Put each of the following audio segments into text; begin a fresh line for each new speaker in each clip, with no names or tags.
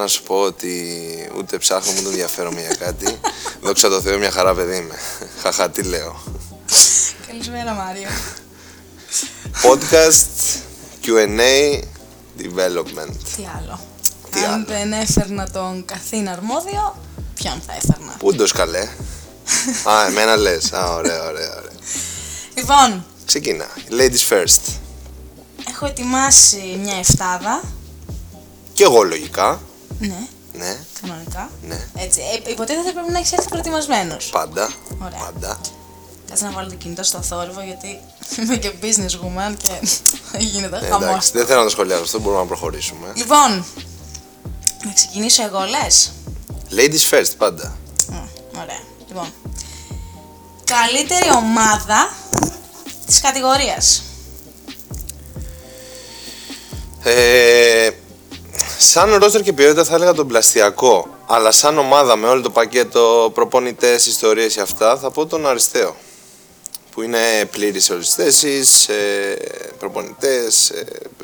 να σου πω ότι ούτε ψάχνω ούτε ενδιαφέρομαι για κάτι. Δόξα τω Θεώ, μια χαρά παιδί είμαι. Χαχα, τι λέω.
Καλησπέρα, Μάριο.
Podcast, Q&A, development.
Τι άλλο.
Τι
Αν
άλλο.
δεν έφερνα τον καθήν αρμόδιο, ποιον θα έφερνα.
Πούντος καλέ. Α, εμένα λες. Α, ωραία, ωραία, ωραία.
Λοιπόν,
Ξεκινά. Ladies first.
έχω ετοιμάσει μια εφτάδα.
Και εγώ λογικά.
Ναι,
Ναι,
κανονικά.
ναι.
Έτσι, ε, υποτίθεται πρέπει να έχεις έρθει προετοιμασμένος.
Πάντα.
Ωραία.
Πάντα.
Κάτσε να βάλω το κινητό στο θόρυβο γιατί είμαι και business woman και γίνεται
Ε,
χαμός.
εντάξει, δεν θέλω να το σχολιάσω αυτό, μπορούμε να προχωρήσουμε.
Λοιπόν, να ξεκινήσω εγώ, λες.
Ladies first, πάντα.
Ωραία. Λοιπόν, καλύτερη ομάδα της κατηγορίας.
Ε, σαν ρόστερ και ποιότητα θα έλεγα τον πλαστιακό. Αλλά σαν ομάδα με όλο το πακέτο προπονητές, ιστορίες και αυτά, θα πω τον αριστείο. Που είναι πλήρης σε όλες τις θέσεις, προπονητέ,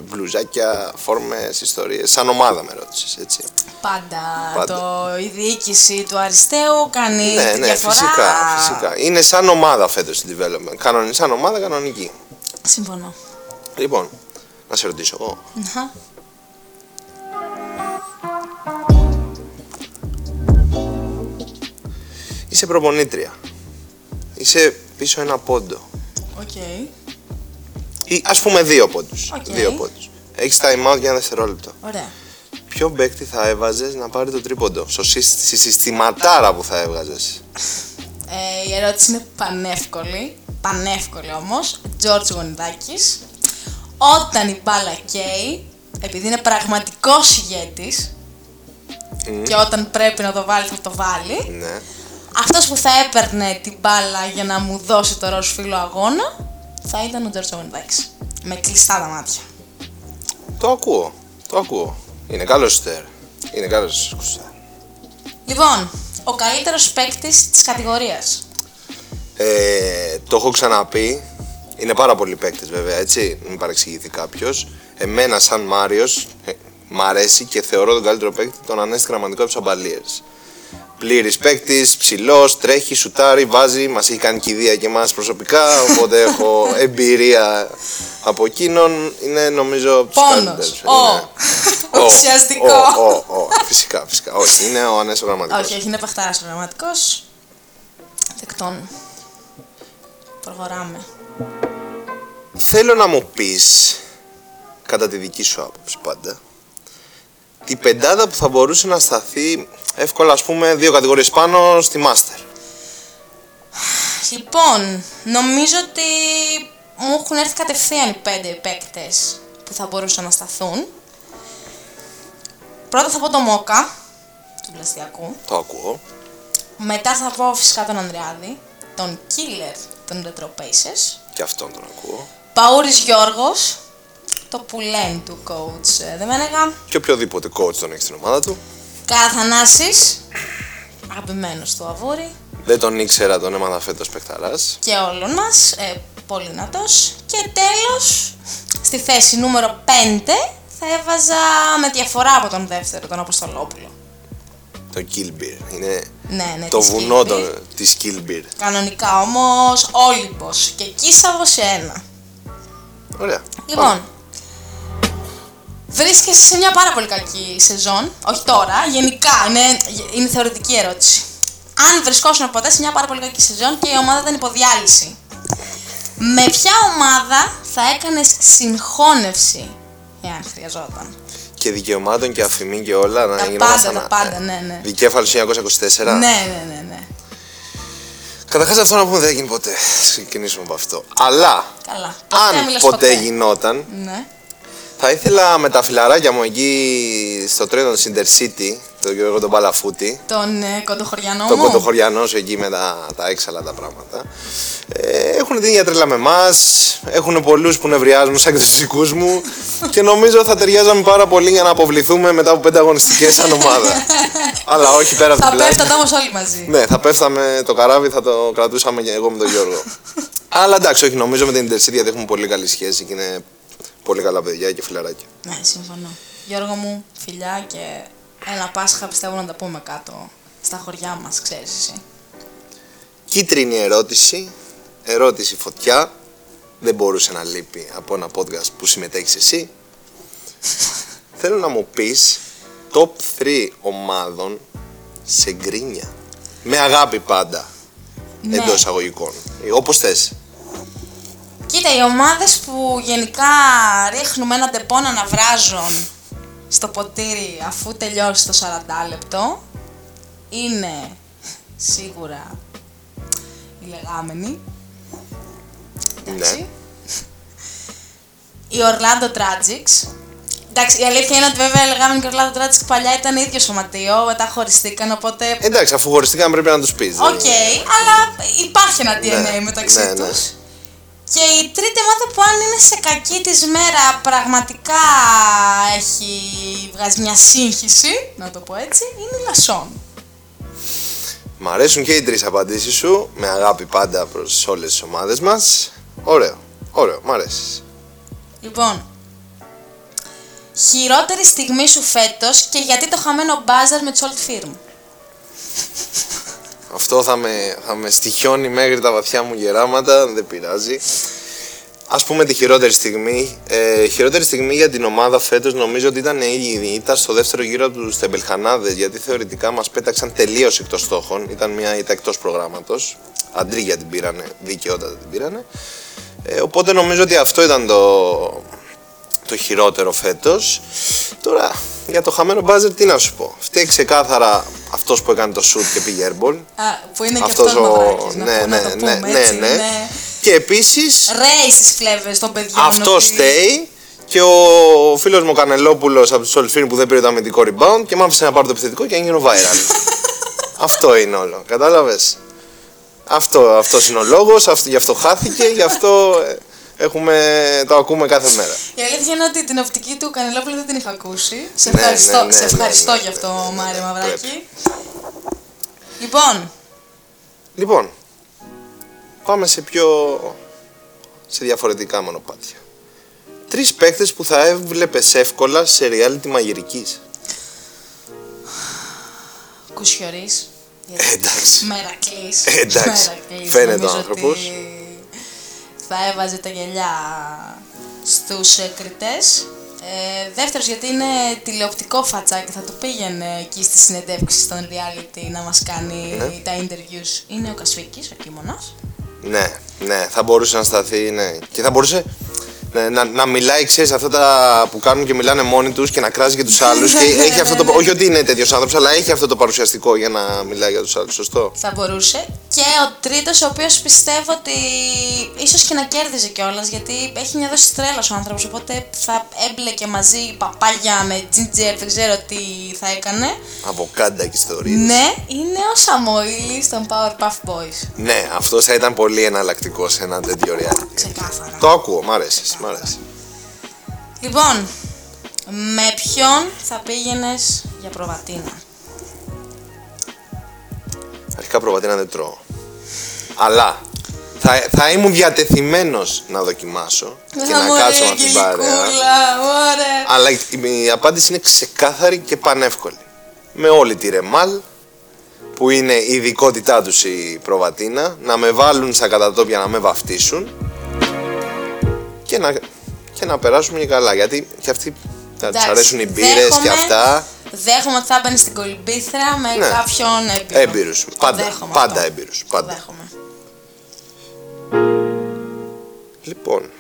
μπλουζάκια, φόρμες, ιστορίες. Σαν ομάδα με ρώτησες, έτσι.
Πάντα,
Πάντα.
Το, η διοίκηση του Αριστείου κάνει
ναι,
τη
ναι,
διαφορά.
φυσικά, φυσικά. Είναι σαν ομάδα φέτος στην development. Κανονι, σαν ομάδα κανονική.
Συμφωνώ.
Λοιπόν, να σε ρωτήσω εγώ.
Να.
Είσαι προπονήτρια. Είσαι πίσω ένα πόντο.
Οκ.
ή ας πούμε δύο πόντους.
Οκ.
Δύο πόντους. Έχεις time out για ένα δευτερόλεπτο.
Ωραία.
Ποιο παίκτη θα έβαζες να πάρει το τρίποντο, στο συσ- στη συστηματάρα που θα έβγαζες.
Ε, η ερώτηση είναι πανεύκολη. Πανεύκολη όμως. Τζόρτζ Γονιδάκης. Όταν η μπάλα καίει, επειδή είναι πραγματικός ηγέτης και όταν πρέπει να το βάλει, θα το βάλει.
Ναι.
Αυτός που θα έπαιρνε την μπάλα για να μου δώσει το ροζ φύλλο αγώνα θα ήταν ο Τζόρτζ Γονιδάκη. Με κλειστά τα μάτια.
Το ακούω. Το ακούω. Είναι καλός στέρ. Είναι καλός στέρ.
Λοιπόν, ο καλύτερος παίκτης της κατηγορίας.
Ε, το έχω ξαναπεί. Είναι πάρα πολλοί παίκτες βέβαια, έτσι. Μην παρεξηγηθεί κάποιος. Εμένα, σαν Μάριος, ε, μ' αρέσει και θεωρώ τον καλύτερο παίκτη τον Ανέστη Γραμματικό από τους Αμπαλίες. Πλήρης παίκτης, ψηλός, τρέχει, σουτάρει, βάζει. Μας έχει κάνει κηδεία και εμάς προσωπικά. Οπότε έχω εμπειρία από εκείνον. Είναι νομίζω από τους
Πόνος.
καλύτερους. ναι.
Ο.
Είναι. Ο,
Ουσιαστικό.
Ο, ο, ο, Φυσικά, φυσικά. Όχι, είναι ο Ανέστη Γραμματικός.
Όχι, όχι, είναι παχτάρα πραγματικό. Δεκτών. Προχωράμε.
Θέλω να μου πεις, κατά τη δική σου άποψη πάντα, την πεντάδα που θα μπορούσε να σταθεί εύκολα, ας πούμε, δύο κατηγορίες πάνω στη Master.
Λοιπόν, νομίζω ότι μου έχουν έρθει κατευθείαν οι πέντε παίκτες που θα μπορούσαν να σταθούν. Πρώτα θα πω το Μόκα του Πλαστιακού.
Το ακούω.
Μετά θα πω φυσικά τον Ανδριάδη, τον Killer των Retro Pacers.
Και αυτόν τον ακούω.
Παούρης Γιώργος, το πουλέν του coach ε, Δεμένεγα.
Και οποιοδήποτε coach τον έχει στην ομάδα του.
Καθανάσης, αγαπημένος του Αβούρη.
Δεν τον ήξερα, τον έμαθα φέτος παιχταράς.
και όλων μας, ε, πολύ δυνατός. Και τέλος, στη θέση νούμερο 5 θα έβαζα με διαφορά από τον δεύτερο, τον Αποστολόπουλο.
Το Killbeer. Είναι
Ναι, ναι,
το
της
βουνό
Killbeer.
των- της Killbeer.
Κανονικά όμως, Όλυμπος και Κίσαβος σε ένα.
Ωραία.
Λοιπόν, βρίσκεσαι σε μια πάρα πολύ κακή σεζόν, όχι τώρα, γενικά, είναι, είναι θεωρητική ερώτηση. Αν βρισκόσουν ποτέ σε μια πάρα πολύ κακή σεζόν και η ομάδα ήταν υποδιάλυση, με ποια ομάδα θα έκανες συγχώνευση, εάν χρειαζόταν.
Και δικαιωμάτων και αφημί και όλα να
Τα
γινόμασταν,
πάντα, τα
ε,
πάντα, ναι, ναι.
Δικέφαλος 1924.
Ναι, ναι, ναι, ναι.
Καταρχάς αυτό να πούμε δεν έγινε ποτέ. Ας Ξεκινήσουμε από αυτό. Αλλά
Καλά. Ποτέ
αν
μιλάς
ποτέ γινόταν,
Ναι.
θα ήθελα με τα φιλαράκια μου εκεί στο τρένο της Intercity, το Γιώργο τον Παλαφούτη,
Τον ε, κοντοχωριανό
τον
μου.
κοντοχωριανό σου εκεί με τα, τα έξαλα τα πράγματα. Ε, έχουν την ίδια τρέλα με εμάς. Έχουν πολλούς που νευριάζουν σαν και τους δικούς μου. και νομίζω θα ταιριάζαμε πάρα πολύ για να αποβληθούμε μετά από πέντε αγωνιστικές σαν ομάδα. Αλλά όχι πέρα από
Θα
την πλάτη.
πέφτατε όμως όλοι μαζί.
δηλαδή. Ναι, θα πέφταμε το καράβι, θα το κρατούσαμε και εγώ με τον Γιώργο. Αλλά εντάξει, όχι, νομίζω με την Intercity γιατί έχουμε πολύ καλή σχέση και είναι πολύ καλά παιδιά και φιλαράκια.
Ναι, συμφωνώ. Γιώργο μου, φιλιά και Έλα, Πάσχα πιστεύω να τα πούμε κάτω στα χωριά μας, ξέρεις εσύ.
Κίτρινη ερώτηση, ερώτηση φωτιά, δεν μπορούσε να λείπει από ένα podcast που συμμετέχεις εσύ. Θέλω να μου πεις top 3 ομάδων σε γκρίνια. Με αγάπη πάντα,
Ναι.
εντός εισαγωγικών. Ε, Όπως θες.
Κοίτα, οι ομάδες που γενικά ρίχνουμε ένα τεπώνα να βράζουν στο ποτήρι αφού τελειώσει το 40 λεπτό είναι σίγουρα οι λεγάμενοι. Εντάξει.
Ναι.
Οι Orlando Tragics. Εντάξει, η αλήθεια είναι ότι βέβαια οι λεγάμενοι και οι Orlando Tragics παλιά ήταν ίδιο σωματείο, μετά χωριστήκαν οπότε
Εντάξει, αφού χωριστήκαμε πρέπει να τους πεις. δηλαδή. δεν
Οκ,
είναι.
αλλά υπάρχει ένα DNA
Ναι,
μεταξύ
ναι, ναι.
τους. Και η τρίτη ομάδα που αν είναι σε κακή της μέρα πραγματικά έχει βγάζει μια σύγχυση, να το πω έτσι, είναι η Λασόν.
Μ' αρέσουν και οι τρεις απαντήσεις σου, με αγάπη πάντα προς όλες τις ομάδες μας. Ωραίο, ωραίο, μ' αρέσει.
Λοιπόν, χειρότερη στιγμή σου φέτος και γιατί το χαμένο μπάζαρ με Τσόλτ Φίρμ.
Αυτό θα με, θα με στοιχιώνει μέχρι τα βαθιά μου γεράματα, δεν πειράζει. Ας πούμε τη χειρότερη στιγμή. Ε, χειρότερη στιγμή για την ομάδα φέτος νομίζω ότι ήταν η ήττα στο δεύτερο γύρο από τους Τεμπελχανάδες, γιατί θεωρητικά μας πέταξαν τελείως εκτός στόχων. Ήταν μια ήττα εκτός προγράμματος. Αντρίγια την πήρανε, δικαιότατα την πήρανε. Ε, οπότε νομίζω ότι αυτό ήταν το, το χειρότερο φέτος. Τώρα, για το χαμένο μπάζερ, τι να σου πω. Φταίει ξεκάθαρα αυτός που έκανε το σουτ και πήγε airball.
Α, που είναι και
Αυτός
αυτός μαυράκης, να,
Ναι,
πω-
ναι,
να το
ναι,
πούμε
ναι,
έτσι,
ναι.
είναι
Και επίσης,
ρέι στις φλέβες των παιδιών.
αυτό
ότι-
στέει. Και ο φίλος μου ο Κανελόπουλος από τους Ολφίν που δεν πήρε το αμυντικό rebound και μ' άφησε να πάρω το επιθετικό και έγινε viral. αυτό είναι όλο. Κατάλαβες. Αυτό αυτός είναι ο λόγος, γι' αυτό χάθηκε, γι' αυτό ε, έχουμε, το ακούμε κάθε μέρα.
Η αλήθεια είναι ότι την οπτική του Κανελόπουλου δεν την είχα ακούσει. Σε
Ναι,
ευχαριστώ,
ναι, ναι,
σε
ναι,
ευχαριστώ
ναι, ναι,
γι' αυτό,
ναι, ναι,
Μάρη
ναι,
Μαυράκη.
πρέπει.
Λοιπόν,
Λοιπόν, πάμε σε πιο... σε διαφορετικά μονοπάτια. Τρεις παίκτες που θα έβλεπες εύκολα σε reality μαγειρικής.
Κουσιωρή.
Ε, εντάξει.
Μερακλής.
Ε, εντάξει. Φαίνεται ο άνθρωπος.
Θα έβαζε τα γυαλιά στους κριτές. Ε, δεύτερος γιατί είναι τηλεοπτικό φατσάκι, θα το πήγαινε εκεί στη συνεντεύξη των reality να μας κάνει τα interviews. Είναι ο Κασφίκης, ο Κίμωνας.
Ναι, ναι, θα μπορούσε να σταθεί, ναι. Και θα μπορούσε ναι, να, να μιλάει, ξέρεις, αυτά τα που κάνουν και μιλάνε μόνοι τους και να κράζει και τους άλλους. και
Ναι,
έχει αυτό το...
ναι, ναι.
Όχι ότι είναι τέτοιος άνθρωπος, αλλά έχει αυτό το παρουσιαστικό για να μιλάει για τους άλλους, σωστό.
θα μπορούσε. Και ο τρίτος, ο οποίος πιστεύω ότι ίσως και να κέρδιζε κιόλας, γιατί έχει μια δόση τρέλα ο άνθρωπος. Οπότε θα έμπλεκε μαζί παπάγια με ginger, δεν ξέρω τι θα έκανε.
Αβοκάντα και ιστορίες.
Ναι, είναι ο Σαμόιλη στον Powerpuff Boys.
Ναι, αυτός θα ήταν πολύ εναλλακτικός σε ένα τέτοιο reality.
Ξεκάθαρα.
Το ακούω, μ' αρέσει, μ' αρέσει.
Λοιπόν, με ποιον θα πήγαινες για προβατίνα.
Αρχικά προβατίνα δεν τρώω. Αλλά θα, θα ήμουν διατεθειμένος να δοκιμάσω και να κάτσω με την ε? παρέα.
Αγγελικούλα, ωραία.
Αλλά η, η απάντηση είναι ξεκάθαρη και πανεύκολη. Με όλη τη ρεμάλ που είναι η ειδικότητά τους η προβατίνα, να με βάλουν στα κατατόπια να με βαφτίσουν και να, και να περάσουμε και καλά. Γιατί και αυτοί θα τους
Εντάξει,
αρέσουν οι μπύρες και
δέχομαι-
αυτά.
Δέχομαι ότι θα μπαίνει στην κολυμπήθρα με
Ναι.
κάποιον έμπειρο.
Έμπειρους.
Το
Πάντα,
δέχομαι
πάντα
αυτό.
έμπειρους.
Το
Πάντα.
δέχομαι.
Λοιπόν,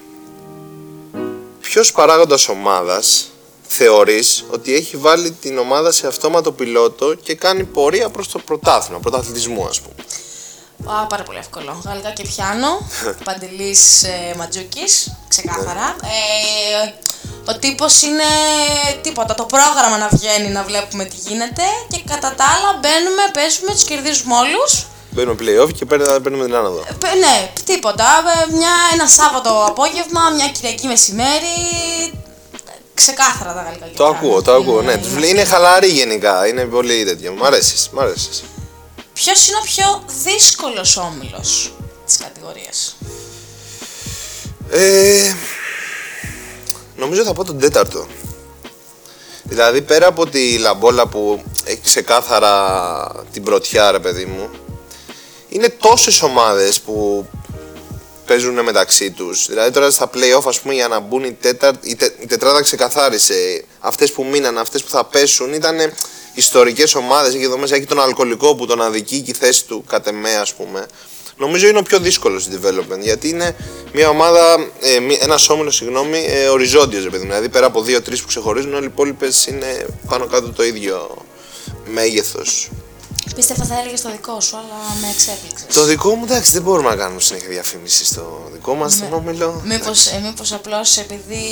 ποιος παράγοντας ομάδας θεωρείς ότι έχει βάλει την ομάδα σε αυτόματο πιλότο και κάνει πορεία προς το πρωτάθλημα, πρωταθλητισμό ας πούμε.
Α, πάρα πολύ εύκολο. Γαλλικά και πιάνο. Παντελής ε, Ματζούκης. Ξεκάθαρα.
Ναι.
Ε, ο τύπος είναι τίποτα. Το πρόγραμμα να βγαίνει να βλέπουμε τι γίνεται. Και κατά τα άλλα μπαίνουμε, παίζουμε, τους κερδίζουμε όλους.
Μπαίνουμε playoff και παίρνουμε, παίρνουμε την άνοδο.
ναι, τίποτα. Ε, μια, ένα Σάββατο απόγευμα, μια Κυριακή μεσημέρι. Ξεκάθαρα τα γαλλικά. και
Το
πιάνο.
ακούω, το ακούω, ναι.
Είναι-
Τους λέει, Είναι χαλαρή γενικά, είναι πολύ τέτοιο. Μ' αρέσεις, μ' αρέσεις.
Ποιος είναι ο πιο δύσκολος όμιλος της κατηγορίας.
Ε, νομίζω θα πω τον τέταρτο. Δηλαδή πέρα από τη λαμπόλα που έχει ξεκάθαρα την πρωτιά, ρε παιδί μου, είναι τόσες ομάδες που παίζουν μεταξύ τους. Δηλαδή τώρα στα play-off ας πούμε για να μπουν η, τέταρ, η, τε, η τετράδα ξεκαθάρισε. Αυτές που μείναν, αυτές που θα πέσουν ήταν ιστορικές ομάδες. Εκεί εδώ μέσα έχει τον αλκοολικό που τον αδικεί και η θέση του κατ' εμέ ας πούμε. Νομίζω είναι ο πιο δύσκολος στο development γιατί είναι μια ομάδα, ε, μη- ένας όμιλος συγγνώμη, ε, οριζόντιος ρε παιδί μου. Δηλαδή πέρα από δύο-τρεις που ξεχωρίζουν όλοι οι υπόλοιπες είναι πάνω κάτω το ίδιο μέγεθος.
Πίστευα θα έλεγες το δικό σου, αλλά με εξέπληξες.
Το δικό μου εντάξει δεν μπορούμε να κάνουμε συνέχεια διαφήμιση στο δικό μας τον όμιλο.
Μήπως, ε, μήπως απλώς επειδή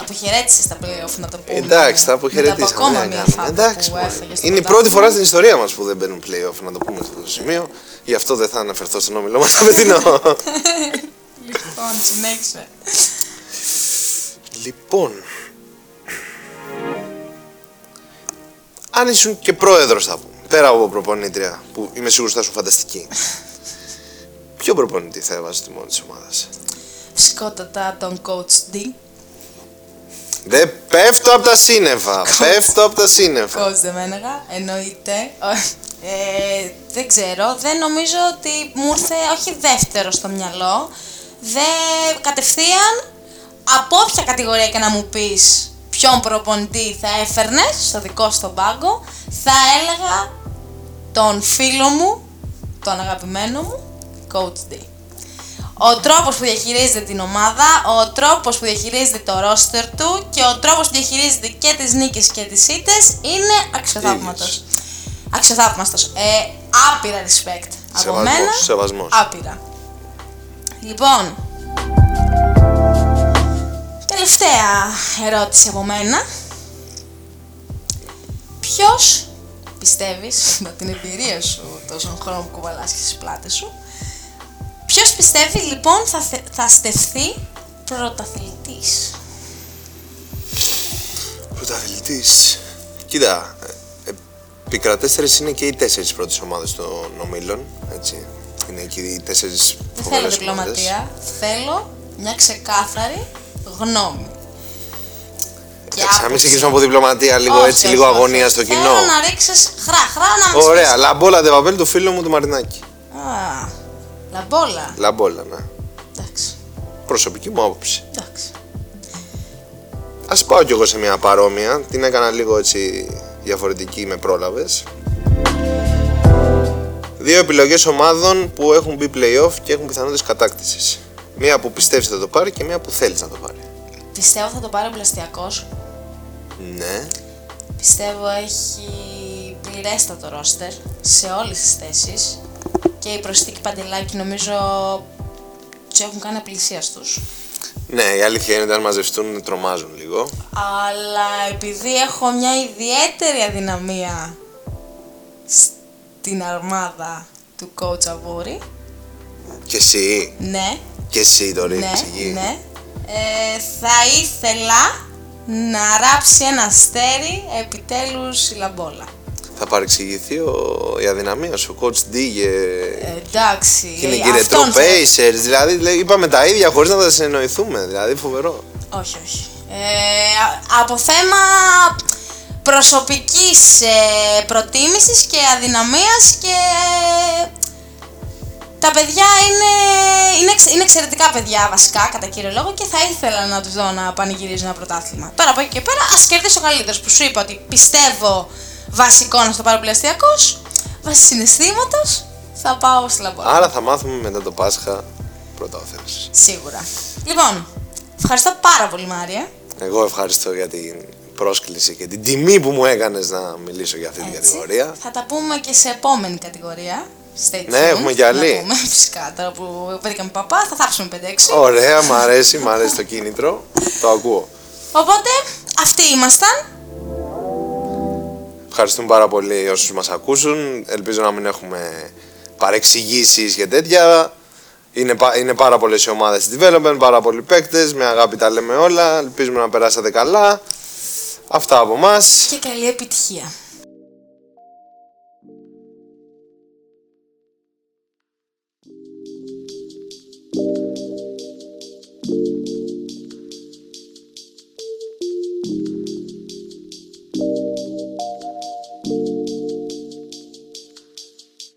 αποχαιρέτησες τα playoff να το πούμε.
Εντάξει, τα
Μετά από
αποχαιρετήσαμε.
ακόμα
δεν
μία
κάνουμε.
φάπα
Εντάξει,
που
μωρέ.
έφαγες στο
είναι η πρώτη
πρωτάθλημα.
φορά στην ιστορία μας που δεν μπαίνουν playoff, να το πούμε σε αυτό το σημείο. Γι' αυτό δεν θα αναφερθώ στον όμιλο μας απαιτεινό.
Λοιπόν, συνέχισε.
λοιπόν. Αν ήσουν και πρόεδρος, θα πούμε. Πέρα από προπονήτρια, που είμαι σίγουρος θα σου φανταστική. Ποιο προπονητή θα έβαζε τη μόνη της ομάδας.
Φυσικότατα τον coach D.
Δεν πέφτω από τα σύννεφα. πέφτω από τα σύννεφα.
Coach δεν με έλεγα, εννοείται. Ε, δεν ξέρω, δεν νομίζω ότι μου ήρθε όχι δεύτερο στο μυαλό. Δε, κατευθείαν, από όποια κατηγορία και να μου πεις ποιον προπονητή θα έφερνες στο δικό σου τον πάγκο, θα έλεγα τον φίλο μου, τον αγαπημένο μου, Coach D. Ο τρόπος που διαχειρίζεται την ομάδα, ο τρόπος που διαχειρίζεται το ρόστερ του και ο τρόπος που διαχειρίζεται και τις νίκες και τις ήττες είναι αξιοθαύματος. Αξιοθαύμαστος. Ε, άπειρα respect από
Σεβασμός,
μένα.
σεβασμός.
Άπειρα. Λοιπόν, τελευταία ερώτηση από μένα. Ποιος πιστεύεις, με την εμπειρία σου τόσων χρόνων που κουβαλάς και στις πλάτες σου, ποιος πιστεύει λοιπόν θα, θε- θα στεφθεί πρωταθλητής.
Πρωταθλητής. Κοίτα, ε, επικρατέστερες είναι και οι τέσσερις πρώτες ομάδες των ομίλων. Έτσι. Είναι και οι τέσσερις
Δεν θέλω διπλωματία, θέλω μια ξεκάθαρη γνώμη. Και
να μην
άποψη.
ξεκινήσουμε από διπλωματία, λίγο
Όχι,
έτσι,
όχι,
λίγο
όχι.
αγωνία στο κοινό.
Θέλω να ρίξεις χρά, χρά να μην
Ωραία, λαμπόλα δε παπέλ του φίλου μου του Μαρινάκη.
Α, λαμπόλα.
Λαμπόλα, ναι.
Εντάξει,
Προσωπική μου άποψη.
εντάξει.
Ας πάω κι εγώ σε μια παρόμοια. Την έκανα λίγο έτσι διαφορετική, με πρόλαβες. Δύο επιλογές ομάδων που έχουν μπει playoff και έχουν πιθανότητες κατάκτησης. Μία που πιστεύεις θα το πάρει και μία που θέλεις να το πάρει.
Πιστεύω θα το πάρει ο Πλαστιακός.
Ναι.
Πιστεύω έχει πληρέστατο ρόστερ σε όλες τις θέσεις και η προσθήκη Παντελάκη νομίζω τους έχουν κάνει απλησία τους.
Ναι, η αλήθεια είναι ότι αν μαζευτούν τρομάζουν λίγο.
Αλλά επειδή έχω μια ιδιαίτερη αδυναμία στην αρμάδα του coach Αβούρη,
Και εσύ,
ναι,
και εσύ το
ναι,
ρίχνεις εκεί.
ναι, ε, θα ήθελα να ράψει ένα αστέρι επιτέλους η Λαμπόλα.
Θα παρεξηγηθεί ο, η αδυναμία σου, ο coach D και...
Ε, εντάξει,
και είναι
ε,
και ρετρό
αυτόν θα-
pacers, δηλαδή λέει, είπαμε τα ίδια χωρίς να τα συνεννοηθούμε, δηλαδή φοβερό.
Όχι, όχι. Ε, α- από θέμα προσωπικής ε, προτίμησης και αδυναμίας και τα παιδιά είναι, είναι, εξ- είναι εξαιρετικά παιδιά βασικά κατά κύριο λόγο και θα ήθελα να τους δω να πανηγυρίζουν ένα πρωτάθλημα. Τώρα από εκεί και πέρα ας κερδίσει ο καλύτερος που σου είπα ότι πιστεύω βασικό να στο πάρει ο Πλαστιακός, βάσει συναισθήματος θα πάω στη λαμπόρα.
Άρα θα μάθουμε μετά το Πάσχα πρώτα ο Θεός.
Σίγουρα. Λοιπόν, ευχαριστώ πάρα πολύ Μάρια.
Εγώ ευχαριστώ για την πρόσκληση και την τιμή που μου έκανες να μιλήσω για αυτή την
Έτσι.
κατηγορία.
Θα τα πούμε και σε επόμενη κατηγορία. Stay
Ναι,
tuned,
έχουμε κι άλλη.
να πούμε, Φυσικά, τώρα που βρήκαμε παπά, θα θάψουμε 5-6.
Ωραία, μ' αρέσει, μ' αρέσει το κίνητρο, το ακούω.
Οπότε, αυτοί ήμασταν.
Ευχαριστούμε πάρα πολύ όσους μας ακούσουν. Ελπίζω να μην έχουμε παρεξηγήσεις και τέτοια. Είναι, πα- είναι πάρα πολλές οι ομάδες στη development, πάρα πολλοί παίκτες. Με αγάπη τα λέμε όλα. Ελπίζουμε να περάσατε καλά. Αυτά από μας.
Και καλή επιτυχία.